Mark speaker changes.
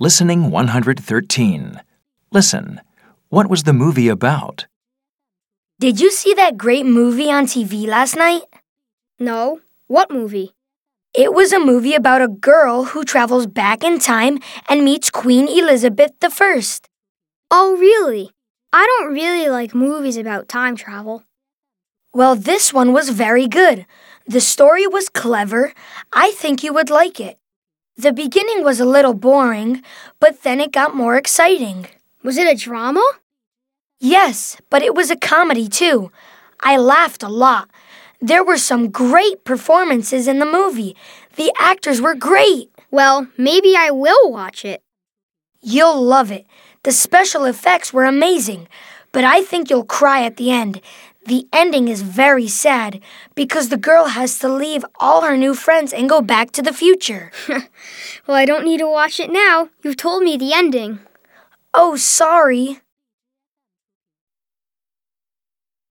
Speaker 1: Listening 113. Listen. What was the movie about?
Speaker 2: Did you see that great movie on TV last night?
Speaker 3: No. What movie?
Speaker 2: It was a movie about a girl who travels back in time and meets Queen Elizabeth I.
Speaker 3: Oh, really? I don't really like movies about time travel.
Speaker 2: Well, this one was very good. The story was clever. I think you would like it. The beginning was a little boring, but then it got more exciting.
Speaker 3: Was it a drama?
Speaker 2: Yes, but it was a comedy too. I laughed a lot. There were some great performances in the movie. The actors were great.
Speaker 3: Well, maybe I will watch it.
Speaker 2: You'll love it. The special effects were amazing, but I think you'll cry at the end. The ending is very sad because the girl has to leave all her new friends and go back to the future.
Speaker 3: Well, I don't need to watch it now. You've told me the ending.
Speaker 2: Oh, sorry.